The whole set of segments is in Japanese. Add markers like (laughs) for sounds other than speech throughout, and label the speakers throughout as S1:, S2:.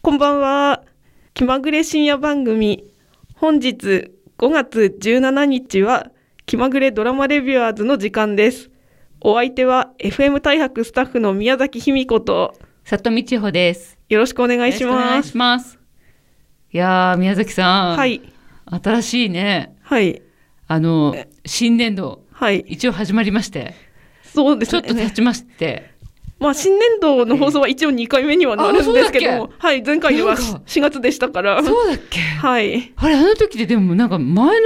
S1: こんばんは。気まぐれ深夜番組。本日5月17日は気まぐれドラマレビュアーズの時間です。お相手は FM 大白スタッフの宮崎卑美子と
S2: 里見千穂です。
S1: よろしくお願いし
S2: よろくお願
S1: ま
S2: い
S1: す。
S2: します。いやー、宮崎さん。
S1: は。い。
S2: 新しいね。
S1: はい。
S2: あの、新年度、
S1: はい。
S2: 一応始まりまして、
S1: そうです
S2: ちょ
S1: ね。
S2: っと経ちまして、
S1: まあ新年度の放送は一応2回目にはなるんですけども、
S2: あそうだ
S1: はい。前回は
S2: なんか
S1: 4月でしたから。
S2: そうだっ
S1: (laughs)
S2: け
S1: はい。
S2: あれ、あの時ででもなんか前の、あ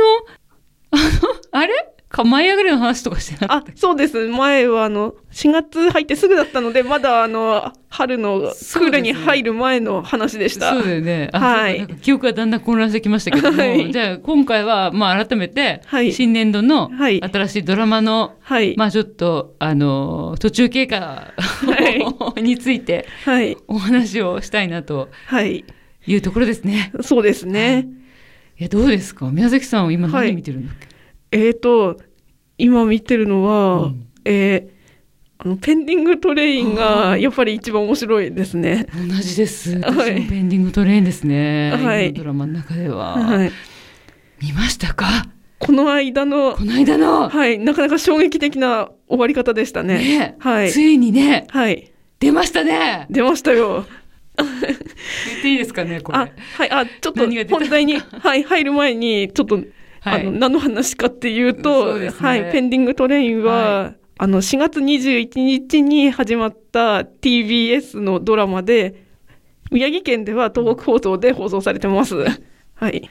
S2: の、 (laughs) あれか舞い上がりの話とかしてなかっ
S1: あ、そうです。前はあの、4月入ってすぐだったので、まだあの、春のスクールに入る前の話でした。
S2: た。そうだよね。あ
S1: はい
S2: そうかなんか記憶がだんだん混乱してきましたけども、
S1: はい
S2: じゃあ今回は、まあ改めて
S1: はい、
S2: 新年度の
S1: はい
S2: 新しいドラマの
S1: はい。
S2: まあちょっと、あのー途中経過 (laughs) について
S1: はい。
S2: お話をしたいなと
S1: はい。
S2: いうところですね。
S1: そうですね。
S2: いや、どうですか宮崎さんは今
S1: はい
S2: 何見てるんだっけ、
S1: えーと、今見てるのは、
S2: うん
S1: えーあの、ペンディングトレインが、やっぱり一番面白いですね。
S2: 同じです。
S1: はい
S2: 私もペンディングトレインですね。
S1: はい
S2: 今のドラマの中では。
S1: はい。
S2: 見ましたか
S1: この間の
S2: こ、の間の、
S1: はい、なかなか衝撃的な終わり方でしたね。
S2: ね
S1: はい
S2: ついにね、
S1: はい。
S2: 出ましたね
S1: 出ました
S2: (laughs)
S1: よ。
S2: 言っていいですかね、これ。
S1: あ、はい、あ、ちょっと
S2: 何が出た
S1: 本題に、はい、入る前に、ちょっと、
S2: はい
S1: あの、何の話かっていうと、
S2: そうですね
S1: はい、ペンディングトレインは、
S2: は
S1: あの、4月21日に始まった TBS のドラマで、宮城県では東北放送で放送されて
S2: (laughs)
S1: ます。はい。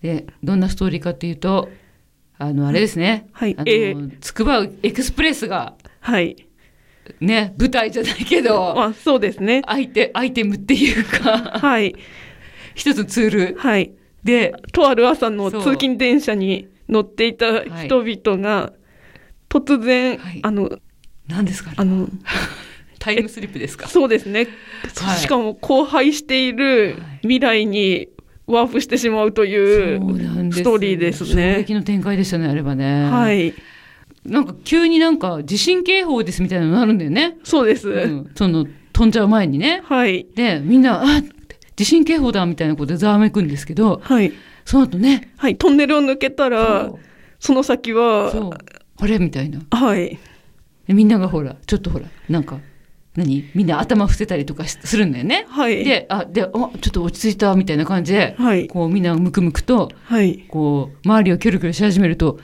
S2: で、どんなストーリーかっていうと、あの、あれですね。
S1: はい
S2: あの、
S1: え
S2: つくばエクスプレスが、
S1: はい。
S2: ね、舞台じゃないけ
S1: (laughs)
S2: ど、
S1: まあ、そうですね。
S2: アイテアイテムっていうか、
S1: はい。
S2: 一つのツール
S1: はい。
S2: で、
S1: とある朝の
S2: そ
S1: 通
S2: う
S1: 勤電車に乗っていた人々が、突然、
S2: はい
S1: あの、
S2: 何ですかね
S1: あの、
S2: タイムスリップですか
S1: (laughs) そうですね。そ
S2: はい
S1: しかも荒廃している
S2: はい
S1: 未来にワープしてしまうとい
S2: そうなん
S1: う
S2: です
S1: ストーリーです
S2: 衝
S1: ね。
S2: 撃の展開でしたね、あれはね。
S1: はい。
S2: なんか急になんか地震警報ですみたいなのがあるんだよね。
S1: そうです。
S2: うんその飛んじゃう前にね。
S1: はい。
S2: で、みんな、あ地震警報だみたいなことでざわめくんですけど、
S1: はい。
S2: その後ね、
S1: はい。トンネルを抜けたら、
S2: そ
S1: その先
S2: うそう
S1: は、
S2: あれみたいな。
S1: はい。
S2: でみんながほら、ちょっとほら、なんか、何みんな頭伏せたりとかしするんだよね。
S1: はい。
S2: で、あ、で、あ、ちょっと落ち着いたみたいな感じで、
S1: はい。
S2: こうみんなムクムクと、
S1: はい。
S2: こう、周りをキョロキョロし始めると、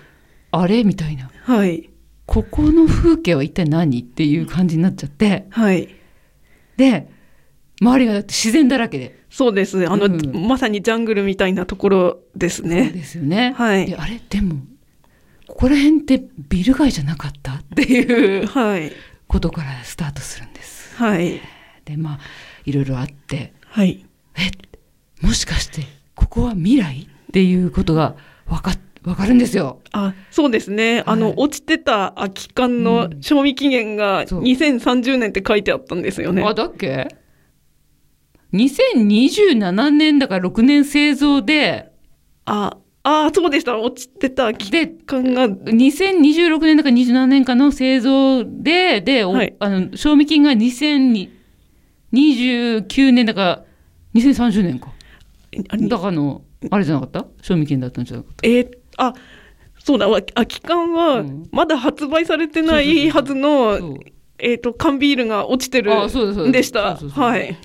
S2: あれみたいな。
S1: はい。
S2: ここの風景は一体何っていう感じになっちゃって。
S1: はい。
S2: で、周りがだって自然だらけで。
S1: そうです。あの、
S2: うん
S1: まさにジャングルみたいなところですね。
S2: ですよね。
S1: はい
S2: で、あれでも、ここら辺ってビル街じゃなかったっていう
S1: はい。
S2: ことからスタートするんです。
S1: はい。
S2: で、まあ、いろいろあって、
S1: はい。
S2: え、もしかして、ここは未来っていうことがわか、わかるんですよ。
S1: あそうですね、あ
S2: はい
S1: の落ちてた空き缶
S2: う
S1: の
S2: ん
S1: 賞味期限が
S2: そう
S1: 2030年って書いてあったんですよね。
S2: あ、だっけ ?2027 年だから6年製造で、
S1: ああ、そうでした、落ちてた空き
S2: で、
S1: 缶が、
S2: 2026年だから27年間の製造で、で、お
S1: はい
S2: あの、賞味金が2029年だから、2030年か。
S1: あれ
S2: だからの、あれじゃなかった賞味期限だったんじゃなかっ
S1: えーあそうだ、わ空き缶は
S2: うん
S1: まだ発売されてな
S2: そうそうそう
S1: いはず
S2: た
S1: の、
S2: そう
S1: えー、と缶ビールが落ちてる
S2: あそうだそうだ
S1: んでした。
S2: そうそうそう
S1: はい、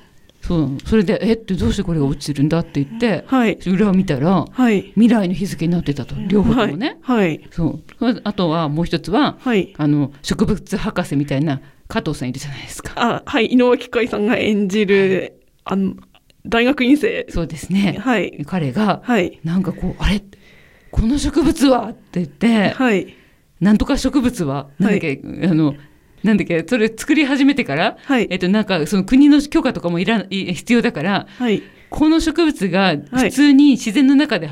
S2: そうなの。それで、えってどうしてこれが落ちてるんだって言って、
S1: はい、
S2: 裏を見たら、
S1: はい、
S2: 未来の日付になってたと。両方ともね。
S1: はい、
S2: そう。あとはもう一つは、
S1: はい、
S2: あの、植物博士みたいな加藤さんいるじゃないですか。
S1: あはい、井上貴海さんが演じる、あの大学院生、
S2: そうですね。
S1: はい、
S2: 彼が、
S1: はい、
S2: なんかこう、あれこの植物はって言って、
S1: はい、
S2: なんとか植物は、なんだっけ、あの、なんだっけ、それ作り始めてから、
S1: はい
S2: えっと、なんか、その国の許可とかもいらん、い必要だから、
S1: はい。
S2: この植物が
S1: はい
S2: 普通に自然の中で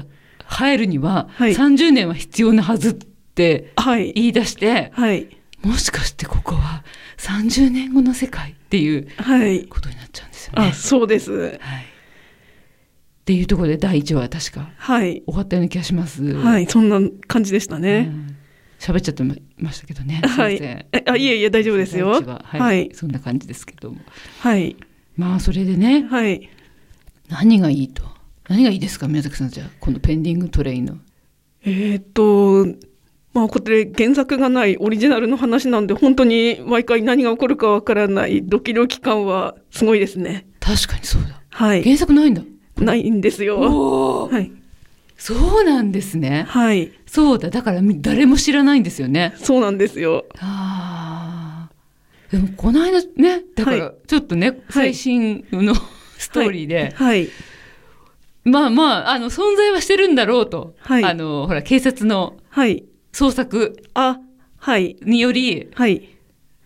S2: 生えるには、
S1: はい
S2: 30年は必要なはずって
S1: はい。
S2: 言い出して、
S1: はい。
S2: もしかしてここは30年後の世界っていう
S1: はい。
S2: ことになっちゃうんですよ
S1: あ、
S2: ね。
S1: そうです。
S2: はい。っていうところで第1話は確か
S1: はい。
S2: 終わったような気がします。。
S1: はいい。そんな感じでしたね。
S2: 喋っちゃってましたけどね。
S1: はい
S2: すいません
S1: えあいえいえ大丈夫ですよ
S2: 第一話はい。
S1: はい
S2: そんな感じですけども。
S1: はい。
S2: まあ、それでね、
S1: はい。
S2: 何がいいと何がいいですか宮崎さんじゃあこのペンディングトレインの
S1: えーっと、まあ、これ原作がないオリジナルの話なんで、本当に毎回何が起こるかわからないドキドキ感はすごいですね。
S2: 確かにそうだ
S1: はい。
S2: 原作ないんだ
S1: ないんですよ。
S2: おー
S1: はい。
S2: そうなんですね
S1: はい。
S2: そうだだからみ誰も知らないんですよね
S1: そうなんですよ。
S2: あーでもこの間ねだからちょっとね、最新のストーリーで、
S1: はい。
S2: まあまああの存在はしてるんだろうと、
S1: はい
S2: あのほら警察の
S1: はい。
S2: 捜索
S1: あ、はい。
S2: により
S1: はい。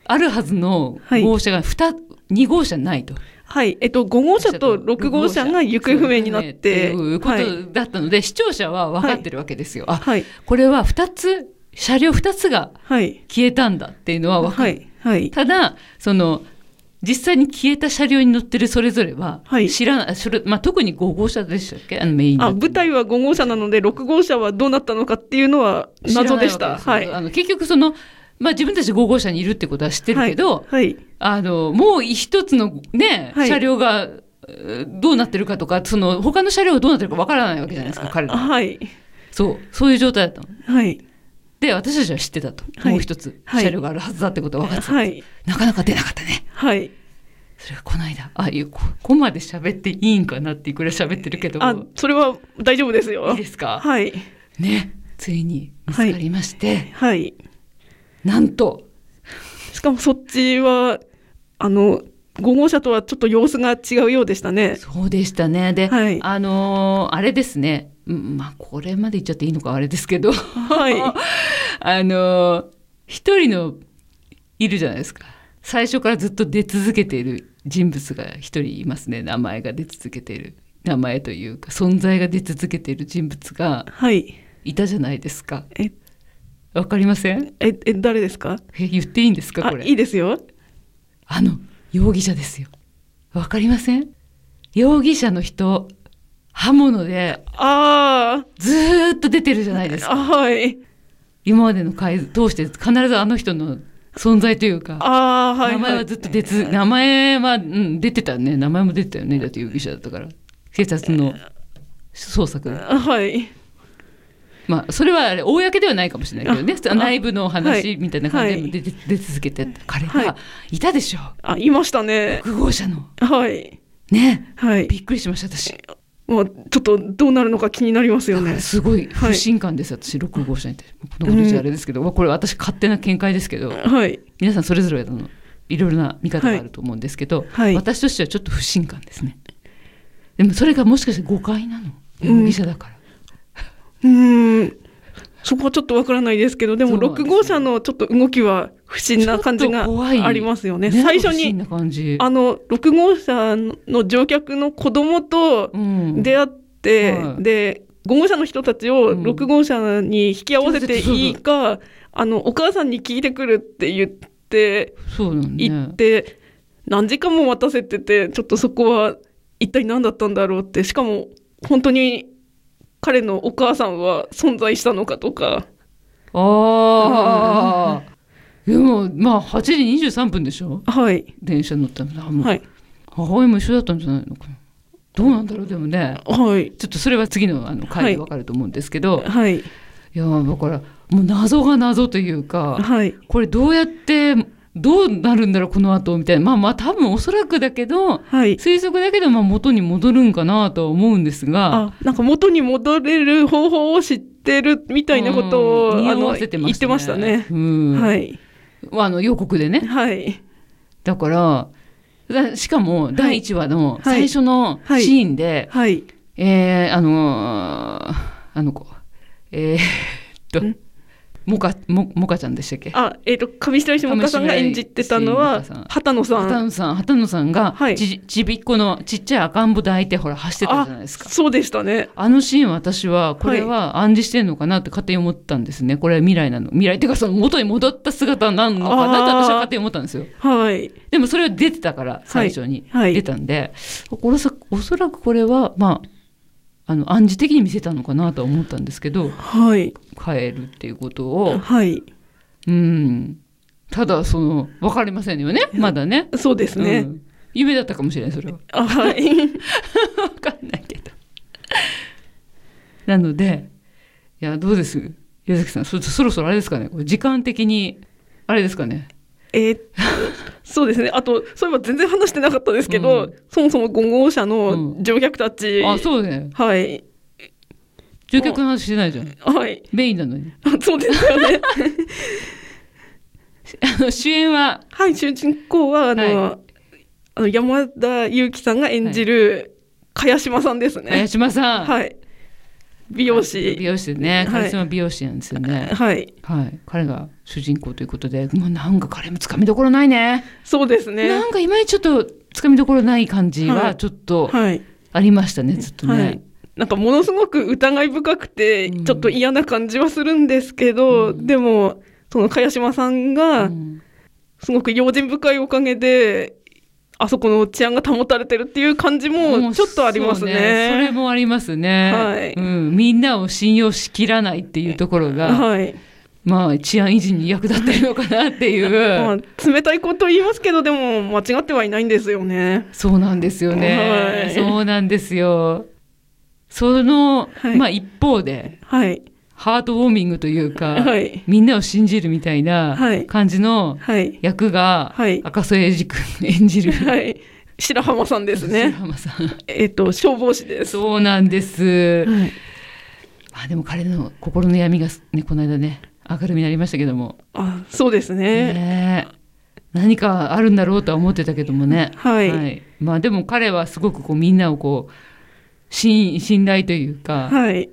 S2: あるはずの
S1: はい
S2: 号車が 2, 2号車ないと
S1: はい。えっと、5号車と6号車が行方不明になっ
S2: って
S1: て。
S2: いうこ
S1: はい。
S2: とだったので、視聴者は分かってるわけですよ。あ
S1: はい。
S2: これは2つ車両2つが
S1: はい。
S2: 消えたんだっていうのは分かる、
S1: はい。はい。
S2: ただその実際に消えた車両に乗ってるそれぞれは
S1: はい
S2: 知らない、それまあ、特に5号車でしたっけあのメインの
S1: あ、舞台は5号車なので、6号車はどうなったのかっていうのは謎でし
S2: 知らな
S1: た。は
S2: いわけです
S1: い
S2: よ。あの結局その、まあ、自分たち5号車にいるってことは知ってるけど、
S1: はい。
S2: あのもう一つの、ね
S1: はい
S2: 車両がえーどうなってるかとかその他の車両がどうなってるかわからないわけじゃないですか彼らは
S1: はい。
S2: そうそういう状態だったの
S1: はい。
S2: で私たちは知ってたと、
S1: はい
S2: もう一つ
S1: はい
S2: 車両があるはずだってことは分かってた、
S1: はい。
S2: なかなか出なかったね
S1: はい。
S2: それがこの間あいうこここまで喋っていいんかなっていうくらい喋ってるけど
S1: あ、それは大丈夫です
S2: いい
S1: よ
S2: で。すか、
S1: はい。
S2: ねついに見つかりまして、
S1: はい。
S2: なんと
S1: しかもそっちは、あの、5号車とはちょっと様子が違うようでしたね。
S2: そうでしたね。で、
S1: はい
S2: あのーあれですね。うんまあ、これまで言っちゃっていいのかあれですけど。
S1: はい。
S2: (laughs) あのー一人の、いるじゃないですか。最初からずっと出続けている人物が一人いますね。名前が出続けている。名前というか、存在が出続けている人物が
S1: はい。
S2: いたじゃないですか。
S1: え、
S2: わかりません
S1: え、え誰ですか
S2: え、言っていいんですか
S1: あ
S2: こ、れ。
S1: いいですよ。
S2: あの、容疑者ですよ。わかりません容疑者の人、刃物で、
S1: あ
S2: ずーっと出てるじゃないです
S1: ー
S2: か
S1: あ、はい。
S2: 今までの回通して必ずあの人の存在というか、
S1: あーはい。
S2: 名前はずっと出つ名前は、うん、出てたね名前も出てたよねだって容疑者だったから警察の捜索で
S1: はい。はい。
S2: まあそれはあれ公ではないかもしれないけどね
S1: ああ
S2: 内部の
S1: は
S2: 話
S1: い
S2: みたいな感じ
S1: はい
S2: で出,、出続けてた彼
S1: はい
S2: がいたでしょ
S1: あ、いましたね。
S2: 6号車の
S1: はい。
S2: ね
S1: はい。
S2: びっくりしました私
S1: もう、ちょっとどうなるのか気になりますよね。
S2: すごい
S1: はい
S2: 不信感です、私6号車に対してこのことじゃあれですけど、まあこれ私勝手な見解ですけど
S1: はい。
S2: 皆さんそれぞれのいろいろな見方があると思うんですけど、
S1: はい
S2: 私としてはちょっと不信感ですねでもそれがもしかして誤解なの
S1: うん
S2: 容疑者だから、
S1: うーん。そこはちょっとわからないですけど、でも
S2: そうなんです
S1: 6
S2: ね
S1: 号車のちょっと動きは不審な感じが
S2: ちょっと怖い
S1: ありますよね。
S2: ね
S1: 最初
S2: 不審
S1: に、
S2: な感じ
S1: あの、6号車の乗客の子供と
S2: うん
S1: 出会って、
S2: はい
S1: で、5号車の人たちを
S2: うん
S1: 6号車に引き合わせていいか、あの、お母さんに聞いてくるって言って、
S2: そうなんね
S1: 行って、何時間も待たせててちょっとそこは一体何だったんだろうってしかも本当に彼のお母さんは存在したのかとか
S2: ああでもまあ8時23分でしょ
S1: はい
S2: 電車乗ったのあもう
S1: はい
S2: 母親も一緒だったんじゃないのかなどうなんだろうでもね
S1: はい
S2: ちょっとそれは次のあの
S1: は
S2: 回
S1: い
S2: でわかると思うんですけど、い、
S1: はい
S2: やだからもう謎が謎というか
S1: はい
S2: これどうやってどうなるんだろうこの後みたいなまあまあ多分おそらくだけど
S1: はい
S2: 推測だけどまあ元に戻るんかなとは思うんですが
S1: あなんか元に戻れる方法を知ってるみたいなことを
S2: うん
S1: あ
S2: 匂
S1: の
S2: わせてま
S1: 言っ
S2: した
S1: て
S2: ね
S1: ましたね。
S2: うん
S1: はい
S2: まああの予告でね
S1: はい
S2: だからだしかも第1話の最初の
S1: はい
S2: シーンで、
S1: はい
S2: えーあのーあの子えー、っと
S1: ん
S2: モカモモカちゃんでしたっけ
S1: あえっ、と上白石萌歌さんが演じてたのは
S2: 上白石
S1: 畑野さん
S2: 萌歌さん畑野さん畑野さんが
S1: はい
S2: ち,、ちびっこのちっちゃい赤ん坊抱いてほら走ってたじゃないですか
S1: あそうでしたね
S2: あのシーンは私はこれは暗示してんのかなって勝手に思ったんですね。これは未来なの。未来っていうかその元に戻った姿なのかなって
S1: あー
S2: 私は勝手に思ったんですよ。
S1: はい
S2: でもそれは出てたから最初に、
S1: はい
S2: 出たんで、これさおそらくこれはまああの暗示的に見せたのかなとは思ったんですけど
S1: はい
S2: 変えるっていうことを
S1: はい
S2: うんただその分かりませんよねまだね。
S1: そうですね。
S2: うん夢だったかもしれないそれは。
S1: あはい。 (laughs)
S2: (laughs) わかんなのでいやどうです矢崎さんそそろそろあれですかねこう時間的にあれですかね
S1: えーそうですねあとそういえば全然話してなかったですけど、
S2: うん
S1: そもそも5号車
S2: う
S1: の
S2: ん
S1: 乗客たち、
S2: あそうね
S1: はい
S2: 乗客の話してないじゃん
S1: はい
S2: メイン
S1: (laughs)
S2: なのに
S1: あそうですよ
S2: (laughs)
S1: ね
S2: あの主演は
S1: はい主人公はあの,、
S2: は
S1: あの山田裕貴さんが演じる茅島さんですね
S2: (laughs) 林島さん、
S1: はい美容師
S2: 美容師で
S1: は
S2: ね
S1: い
S2: カリスマ美容師なんですよね、
S1: はい
S2: はい、彼が主人公ということで、もうなんか彼もつかみどころないね。
S1: そうですね
S2: なんかいまいちちょっとつかみどころない感じ
S1: は
S2: はいちょっと
S1: はい
S2: ありましたね、ずっとね。
S1: はい、なんかものすごく疑い深くて
S2: うん
S1: ちょっと嫌な感じはするんですけど、
S2: うん
S1: でもその茅島さん
S2: う
S1: が
S2: ん
S1: すごく用心深いおかげであそこの治安が保たれてるっていう感じ
S2: も
S1: も
S2: う
S1: ちょっとありますね。
S2: そうそれもありますね、
S1: はい
S2: うん。みんなを信用しきらないっていうところが、
S1: はい、
S2: まあ治安維持に役立ってるのかなっていう。
S1: まあ、冷たいこと言いますけどでも間違ってはいないんですよね。
S2: そうなんですよね。
S1: はい
S2: そうなんですよ。その、
S1: はい
S2: まあ一方で、
S1: はい
S2: ハートウォーミングというか、
S1: はい
S2: みんなを信じるみたいな
S1: はい
S2: 感じの
S1: はい
S2: 役が、
S1: はい
S2: 赤楚衛二君演じる、
S1: はい白浜さんです
S2: 白
S1: ね。
S2: 浜さん。
S1: えっ、と消防士です。
S2: そうなんです。
S1: はい
S2: まあでも彼の心の闇がね、この間ね、明るみになりましたけども、
S1: あそうですね。
S2: ねえ何かあるんだろうとは思ってたけどもね。
S1: はい
S2: まあでも彼はすごくこうみんなをこう、信信頼というか、
S1: はい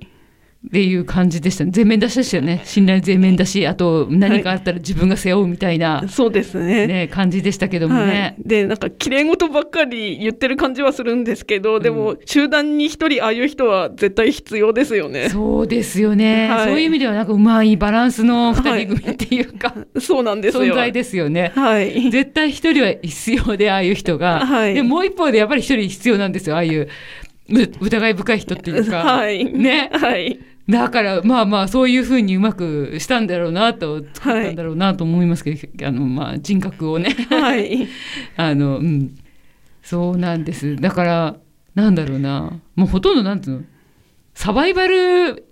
S2: っていう感じでしたね。全面出しでしたよね。信頼全面出し、あと何かあったら自分が背負うみたいな、
S1: そうですね。
S2: ね、感じでしたけども
S1: はい
S2: ね。、
S1: でなんか綺麗事ばっかり言ってる感じはするんですけどでも、集団に一人ああいう人は絶対必要ですよね
S2: そうですよね、
S1: はい
S2: そういう意味ではなんかうまいバランスの2人組っていうか、
S1: そうなんですよ
S2: 存在ですよ
S1: (laughs)
S2: ね。
S1: はい
S2: 絶対一人は必要でああいう人が、
S1: はい
S2: でもう一方でやっぱり一人必要なんですよああいうう疑い深い人っていうか、
S1: はい
S2: ね
S1: はい
S2: だからまあまあそういうふうにうまくしたんだろうなと作ったんだろうなと思いますけど、あのまあ、人格をね
S1: はい
S2: (laughs) あの、うん、そうなんですだからなんだろうなもうほとんどなんていうのサバイバル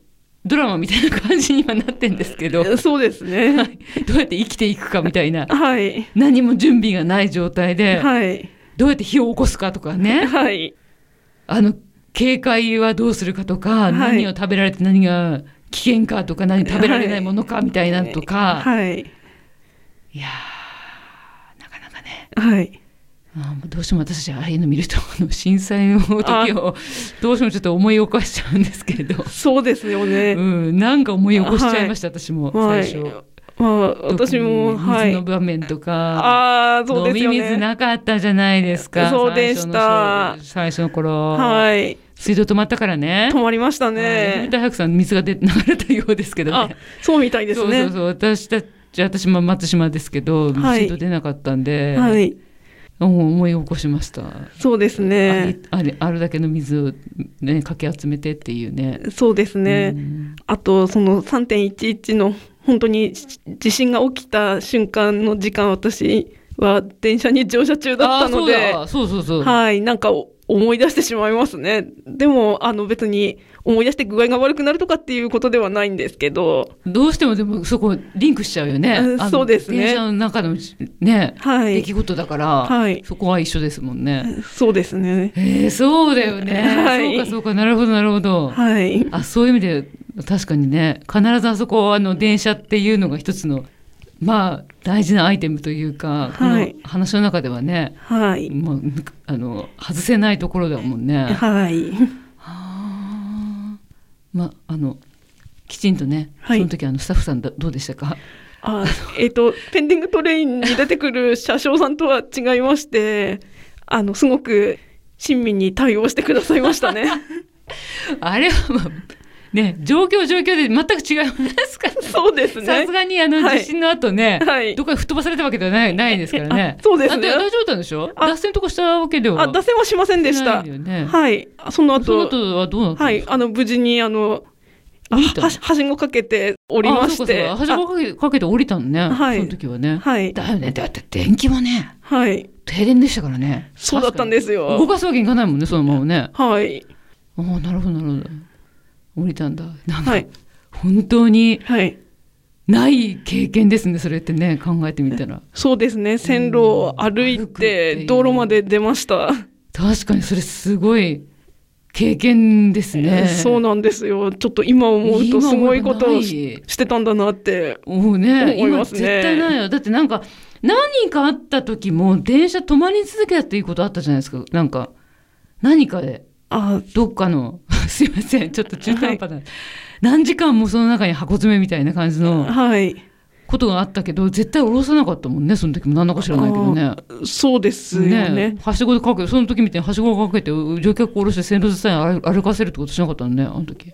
S2: ドラマみたいな感じにはなってんです
S1: (laughs)
S2: けど、はい
S1: そうですね
S2: どうやって生きていくかみたいな
S1: はい
S2: 何も準備がない状態で、
S1: はい
S2: どうやって火を起こすかとか
S1: (laughs)
S2: ね
S1: はい
S2: あの警戒はどうするかとか、
S1: い
S2: 何を食べられて何が危険かとか何食べられないものかみたいなのとか、
S1: はい
S2: い、やーなかなかね
S1: はい
S2: あーもうどうしても私たちああいうの見るとあの震災の時をどうしてもちょっと思い起こしちゃうんですけれど、
S1: そうですよ
S2: う
S1: ね、
S2: ん、なんか思い起こしちゃいました、私
S1: は
S2: も最
S1: い
S2: 初。
S1: まあ私も
S2: 特に
S1: は
S2: 水の
S1: い
S2: 場面とか、
S1: ああそう
S2: 飲
S1: です
S2: み
S1: よ
S2: 水
S1: ね
S2: なかったじゃないですか
S1: そうでした
S2: 最初の頃
S1: はい
S2: 水道止まったからね
S1: 止まりました
S2: はい
S1: ね
S2: 大白さん水が出流れたようですけど
S1: あ
S2: ね
S1: そうみたいです
S2: そう
S1: ね
S2: そうそう私たち私も松島ですけど、
S1: はい
S2: 水道出なかったんで、
S1: はい
S2: うん思い起こしました、
S1: そうです
S2: あ
S1: ね
S2: りあれあれだけの水を、ね、かき集めてっていうね
S1: そうですね、
S2: うん
S1: あとその3.11の本当に地震が起きた瞬間の時間私は電車に乗車中だったので
S2: あーそうだそうそうそう、
S1: はいなんかお思い出してしまいますねでもあの別に思い出して具合が悪くなるとかっていうことではないんですけど
S2: どうしてもでもそこリンクしちゃうよね
S1: うん
S2: あの
S1: そうですね
S2: 電車の中のね、
S1: は
S2: 出
S1: い
S2: 来事だから、
S1: はい
S2: そこは一緒ですもんね。
S1: そうですね
S2: えー、そうだよね、
S1: はい
S2: そうかそうかなるほどなるほど、
S1: はい
S2: あそういう意味で確かにね必ずあそこあの電車っていうのが一つのまあ大事なアイテムというか、
S1: はい
S2: この話の中ではね、
S1: はい
S2: まあ、あの外せないところだもんね。
S1: はい
S2: はあまああのきちんとね、
S1: はい
S2: その時あのスタッフさんだどうでしたか (laughs)
S1: あえっ、と「ペンディングトレイン」に出てくる車掌さんとは違いましてあのすごく親身に対応してくださいま
S2: (laughs)
S1: したね。
S2: あれは、まあ、ね状況状況で全く違いますから
S1: そうですね。
S2: さすがにあの
S1: はい
S2: 地震の後ね、
S1: はい
S2: どこかに吹っ飛ばされたわけではないないですからね。
S1: (laughs) あそうですね
S2: あ大丈夫だったんでしょ
S1: あ
S2: 脱線とかしたわけでは
S1: あ、脱線はしませんでし
S2: な
S1: た
S2: い。よね。
S1: はい。その
S2: その
S1: 後、
S2: 後はどうなったん
S1: は
S2: です
S1: い、
S2: か
S1: あの、無事に、あの、あ
S2: 降りたの
S1: はしはしごかけて降りまして。
S2: あそうかそうかはしごかけかけて降りたのね、
S1: はい
S2: その時は
S1: あ
S2: ね。
S1: はい。
S2: だよね。だって電気もね、
S1: はい。
S2: 停電でしたからね。
S1: そうだったんです
S2: 確かに動
S1: よ。
S2: かすわけにいかないもんね、そのままね。
S1: はい。
S2: ああ、なるほど、なるほど。降りたんだなんか
S1: はい
S2: 本当に
S1: はい
S2: ない経験ですねそれってね考えてみたら
S1: そうですね線路を歩
S2: うん歩
S1: い
S2: くってい
S1: て
S2: う
S1: 道路まで出ました、
S2: 確かにそれすごい経験ですね
S1: そうなんですよちょっと今思うとすごいこと
S2: 今思えばな
S1: を
S2: い
S1: ししてたんだなって
S2: もうね
S1: 思い
S2: 今
S1: ます
S2: 絶
S1: ね
S2: 対ないよだってなんか何かあった時も電車止まり続けたっていうことあったじゃないですかなんか何かで
S1: あ
S2: どっかの (laughs) すいませんちょっと中途半端な、何時間もその中に箱詰めみたいな感じの
S1: はい
S2: ことがあったけど絶対降ろさなかったもんねその時も何だか知らないけどね。
S1: そうですよね
S2: ねはしごでかけその時みたいにはしごをかけて乗客を降ろして線路伝いに歩歩かせるってことしなかったのねあの時。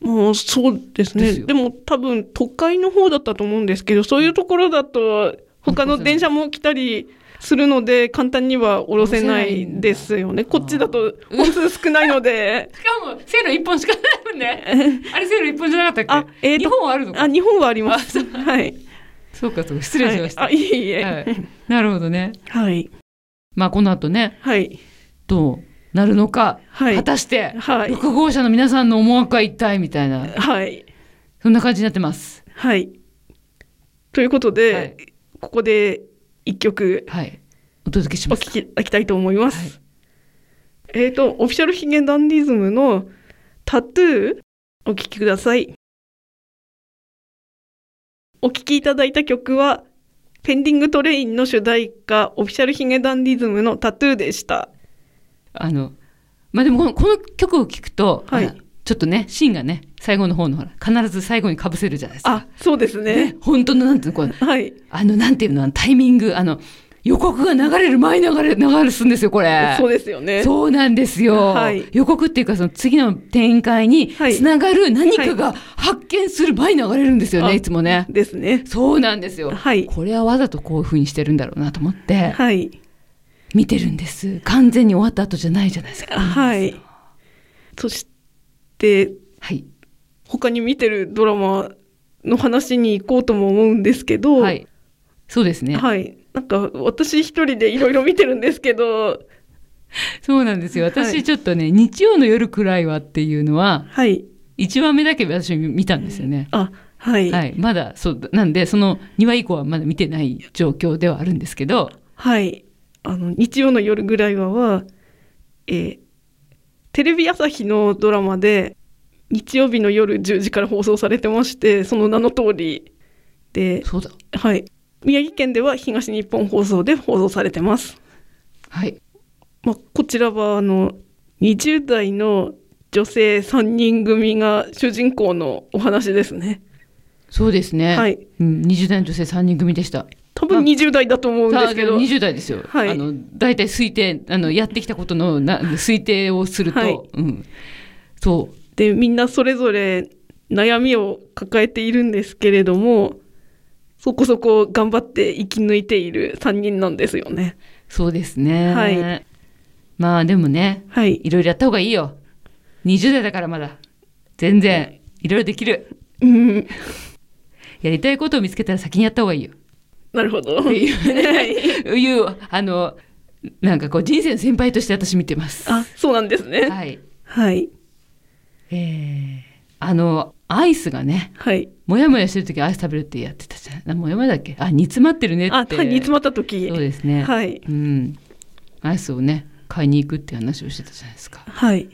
S1: もうそうですね
S2: ですよ
S1: でも多分都会の方だったと思うんですけどそういうところだと他の電車も来たりするので簡単には降ろせないですよねこっちだと本数少ないので
S2: しかも線路一本しかないもんね。あれ線路一本じゃなかったっ
S1: あ
S2: け？
S1: えー
S2: 日
S1: と
S2: 本あるのか
S1: あ日本はありますはい
S2: そうかそうか失礼しました。
S1: はい、あいえいえ
S2: はいなるほどね。
S1: はい
S2: まあこの後ね
S1: はい
S2: どうなるのか、
S1: はい
S2: 果たして、
S1: はい
S2: 6号車の皆さんの思惑は一体みたいな
S1: はい
S2: そんな感じになってます。
S1: はいということで、
S2: はい
S1: ここで一曲
S2: はい。お届けし
S1: お
S2: ます。
S1: 聞きいただきたいと思います、
S2: はい
S1: えーとオフィシャルヒゲダンディズムのタトゥーお聴きくださいお聴きいただいた曲はペンディングトレインの主題歌オフィシャルヒゲダンディズムのタトゥーでした
S2: あのまあでもこのこの曲を聴くと、
S1: はい
S2: ほらちょっとねシーンがね最後の方のほら必ず最後にかぶせるじゃないですか。
S1: あそうですね
S2: ね本当のなんていうのこう
S1: はい
S2: あのなんていうのあのタイミングあの予告が流れる前に流れ流れすんですよこれ。
S1: そうですよね
S2: そうなんですよ、
S1: はい
S2: 予告っていうかその次の展開に
S1: はい
S2: つながる何かが発見する前に流れるんですよね、
S1: あ
S2: い、つもね
S1: ですね
S2: そうなんですよ、
S1: はい
S2: これはわざとこういう風にしてるんだろうなと思って
S1: はい
S2: 見てるんです完全に終わった後じゃないじゃないですか
S1: はいそして
S2: はい
S1: 他に見てるドラマの話に行こうとも思うんですけど、
S2: はいそうですね、
S1: はい。なんか私一人でいろいろ見てるんですけど、
S2: そうなんですよ
S1: は
S2: 私
S1: い
S2: ちょっとね、日曜の夜くらいはっていうのは
S1: はい。
S2: 1話目だけ私見たんですよね、
S1: あ、はい。
S2: は
S1: はい。
S2: いまだそうなんでその2話以降はまだ見てない状況ではあるんですけど
S1: あの日曜の夜ぐらいはは、えーテレビ朝日のドラマで日曜日の夜10時から放送されてまして、その名の通りで、
S2: そうだ
S1: はい。宮城県では東日本放送で放送されてます。
S2: はい
S1: まあ、こちらはあの20代の女性3人組が主人公のお話ですね。
S2: そうですね。
S1: はい
S2: うん、20代の女性3人組でした。
S1: 多分20代だと思うんですけ
S2: さあ
S1: ど。
S2: 20代ですよ。
S1: はい
S2: あの大体推定あのやってきたことのな推定をすると、
S1: はい
S2: うん、そう
S1: でみんなそれぞれ悩みを抱えているんですけれどもそこそこ頑張って生き抜いている3人なんですよね。
S2: そうですね。
S1: はい
S2: まあでもね、
S1: はい、
S2: いろいろやった方がいいよ。20代だからまだ全然いろいろできる。
S1: うん、
S2: やりたいことを見つけたら先にやった方がいいよ。
S1: なるほど。
S2: っていう
S1: はい
S2: ね、 (laughs) いうあのなんかこう人生の先輩として私見てます。
S1: (laughs) あそうなんですね。はい、
S2: はい。
S1: はい、
S2: えー、あのアイスがね。もやもやしてる時アイス食べるってやってたじゃんなもやもやだっけあ煮詰まってるねって
S1: あ、はい、煮詰まった時
S2: そうですね
S1: はい、
S2: うんアイスをね買いに行くって話をしてたじゃないですか
S1: はい、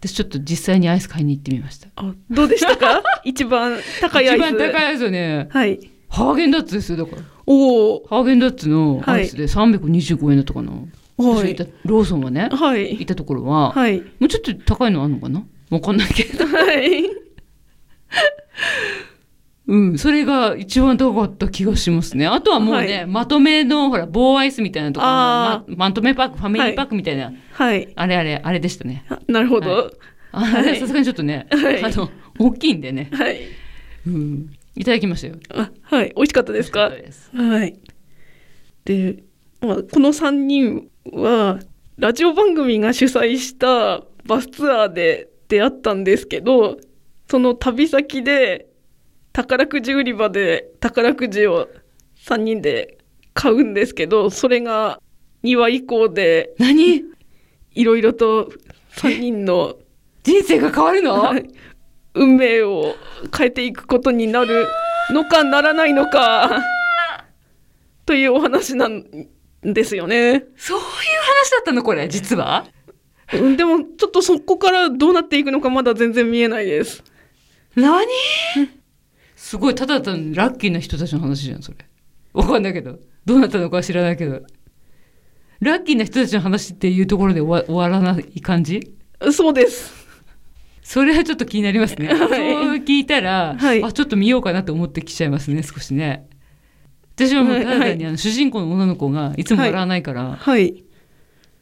S2: 私ちょっと実際にアイス買いに行ってみました
S1: あどうでした
S2: (laughs)
S1: か一番高いアイス。
S2: 一番高いアイスはね
S1: はい、
S2: ハーゲンダッツですよだから
S1: おお、
S2: ハーゲンダッツのアイスで325円だったかな、私
S1: は
S2: が
S1: い
S2: いた、ローソンはね、、
S1: はいい、
S2: たところは、
S1: はい、
S2: もうちょっと高いのあるのかなわかんないけど
S1: はい、
S2: うんそれが一番高かった気がしますねあとはもうね、
S1: は
S2: まとめのほら棒アイスみたいなところの
S1: あ
S2: ままとめパックファミリーパックみたいな、
S1: はい、
S2: あれあれ、あれでしたね。
S1: あなるほど。
S2: ああれはさすがにちょっとね、
S1: はい
S2: あの、大きいんでね。
S1: はい、
S2: うん。いただきましたよ。
S1: あはい、美味しかったですか
S2: 美味しかったです
S1: はい。で、まあ、この3人は、ラジオ番組が主催したバスツアーで出会ったんですけど、その旅先で、宝くじ売り場で宝くじを3人で買うんですけど、それが2話以降で、
S2: 何
S1: いろいろと3人の
S2: 人生が変わるの
S1: はい運命を変えていくことになるのかならないのかというお話なんですよね。
S2: そういう話だったのこれ実は
S1: うんでもちょっとそこからどうなっていくのかまだ全然見えないです。
S2: 何すごいただ単にラッキーな人たちの話じゃんそれわかんないけどどうなったのかは知らないけどラッキーな人たちの話っていうところで終わ終わらない感じ
S1: そうです。
S2: そ (laughs) れはちょっと気になりますね、
S1: はい
S2: そう聞いたら、
S1: はい
S2: あちょっと見ようかなと思ってきちゃいますね少しね私はもうただ単にあの主人公の女の子がいつも笑わないから、
S1: はい。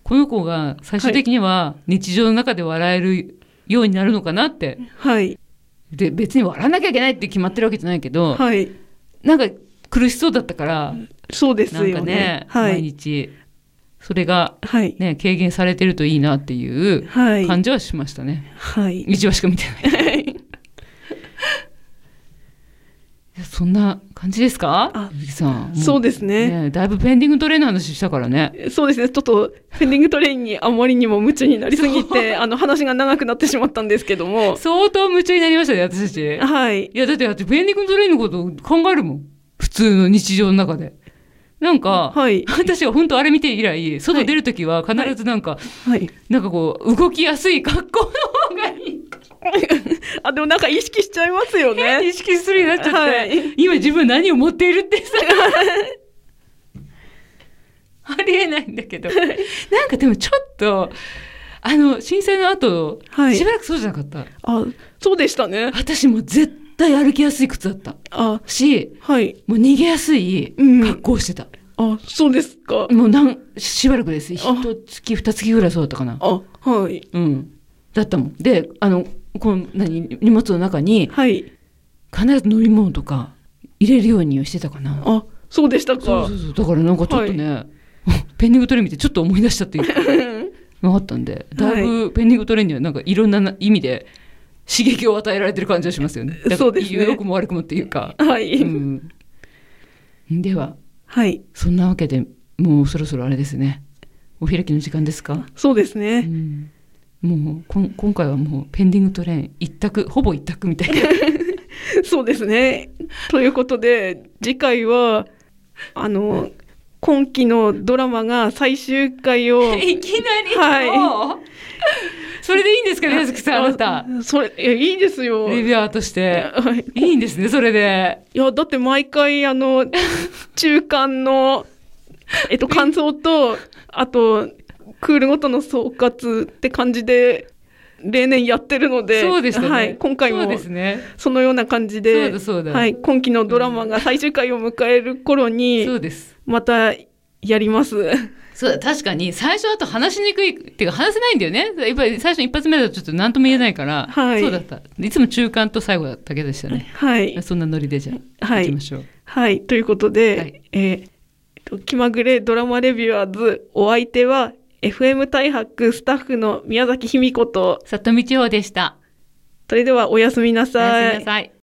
S2: この子が最終的には日常の中で笑えるようになるのかなって
S1: はい。
S2: で別に笑わなきゃいけないって決まってるわけじゃないけど、
S1: はい。
S2: なんか苦しそうだったから、
S1: そうです
S2: なん
S1: よ
S2: かね
S1: ね。は
S2: 毎
S1: い。
S2: 日それが、
S1: はい。
S2: ね、軽減されてるといいなっていう
S1: はい。
S2: 感じはしましたね、
S1: はい。
S2: 一話しか見てない
S1: (laughs)
S2: いやそんな感じですか
S1: あ
S2: ゆきさんも
S1: そうですね
S2: だいぶペンディングトレーの話したからね
S1: そうですね。ちょっと、ペンディングトレインにあまりにも夢中になりすぎて、あの、話が長くなってしまったんですけども。
S2: 相当夢中になりましたね私たち
S1: はい。
S2: いや、だって、だって、ペンディングトレインのこと考えるもん。普通の日常の中で。なんか、
S1: はい。
S2: 私は本当あれ見て以来、外出るときは必ずなんか、
S1: はい。
S2: なんかこう、動きやすい格好の方がいい。
S1: (laughs) あ、でもなんか意識しちゃいますよ
S2: 変に
S1: ね。
S2: 意識するようになっちゃって、
S1: はい
S2: 今自分何を持っているって
S1: (laughs)
S2: さ。ありえないんだけど。なんかでもちょっと、あの、震災の後、
S1: はい
S2: しばらくそうじゃなかった。
S1: (laughs) あ、そうでしたね。
S2: 私もう絶対歩きやすい靴だった。
S1: あ、
S2: し、
S1: はい。
S2: もう逃げやすい
S1: うん
S2: 格好をしてた。
S1: あ、そうですか。
S2: もうなんしばらくです。一
S1: あ
S2: 月、二月ぐらいそうだったかな。
S1: あ、はい。
S2: うん。だったもん。で、あの、この、何、荷物の中に、
S1: はい。
S2: 必ず飲み物とか入れるようにはしてたかな。
S1: あ、そうでした
S2: そう
S1: か
S2: そ。うそう。だからなんかちょっとね、 (laughs) ペンディングトレイン見てちょっと思い出したっていうのがあったんで、だいぶペンディングトレインにはなんかいろんなな意味で刺激を与えられてる感じがしますよね。だから
S1: そうですね
S2: 良くも悪くもっていうか。
S1: (laughs) は (laughs)
S2: う
S1: い。
S2: ん。では、
S1: はい。
S2: そんなわけでもうそろそろあれですね。お開きの時間ですか
S1: そうですね。
S2: もうこん今回はもうペンディングトレイン一択ほぼ一択みたいな
S1: そうですね。ということで、次回は、あの、今期のドラマが最終回 (laughs) を、
S2: いきなり、
S1: はい
S2: もう (laughs) それでいいんですかね矢月さんあなた
S1: それ、いや、いいですよ。
S2: レビュアーとして
S1: はい
S2: いいんですねそれで
S1: いや、だって毎回、あの、 (laughs) 中間の、えっと、感想と、あと、クールごとの総括って感じで、例年やってるので、
S2: そうでしたね、
S1: はい、今回
S2: そう
S1: も
S2: ですね
S1: そのような感じ
S2: そう
S1: で、
S2: だそうだ
S1: はい、今期のドラマが最終回を迎える頃
S2: そ
S1: に、
S2: うです
S1: またやります。
S2: そうだ確かに最初だと話しにくいっていうか話せないんだよねやっぱり最初一発目だとちょっと何とも言えないから、
S1: はい
S2: そうだったいつも中間と最後だけでしたね
S1: はい、
S2: そんなノリでじゃあ、
S1: はい
S2: 行きましょう
S1: はい、ということで、
S2: はい
S1: えーえっと、気まぐれドラマレビュアーズ、お相手は、FM 大白スタッフの宮崎卑美子と、
S2: 里見千穂でした
S1: それではおやすみな
S2: お
S1: さい。
S2: やすみなさい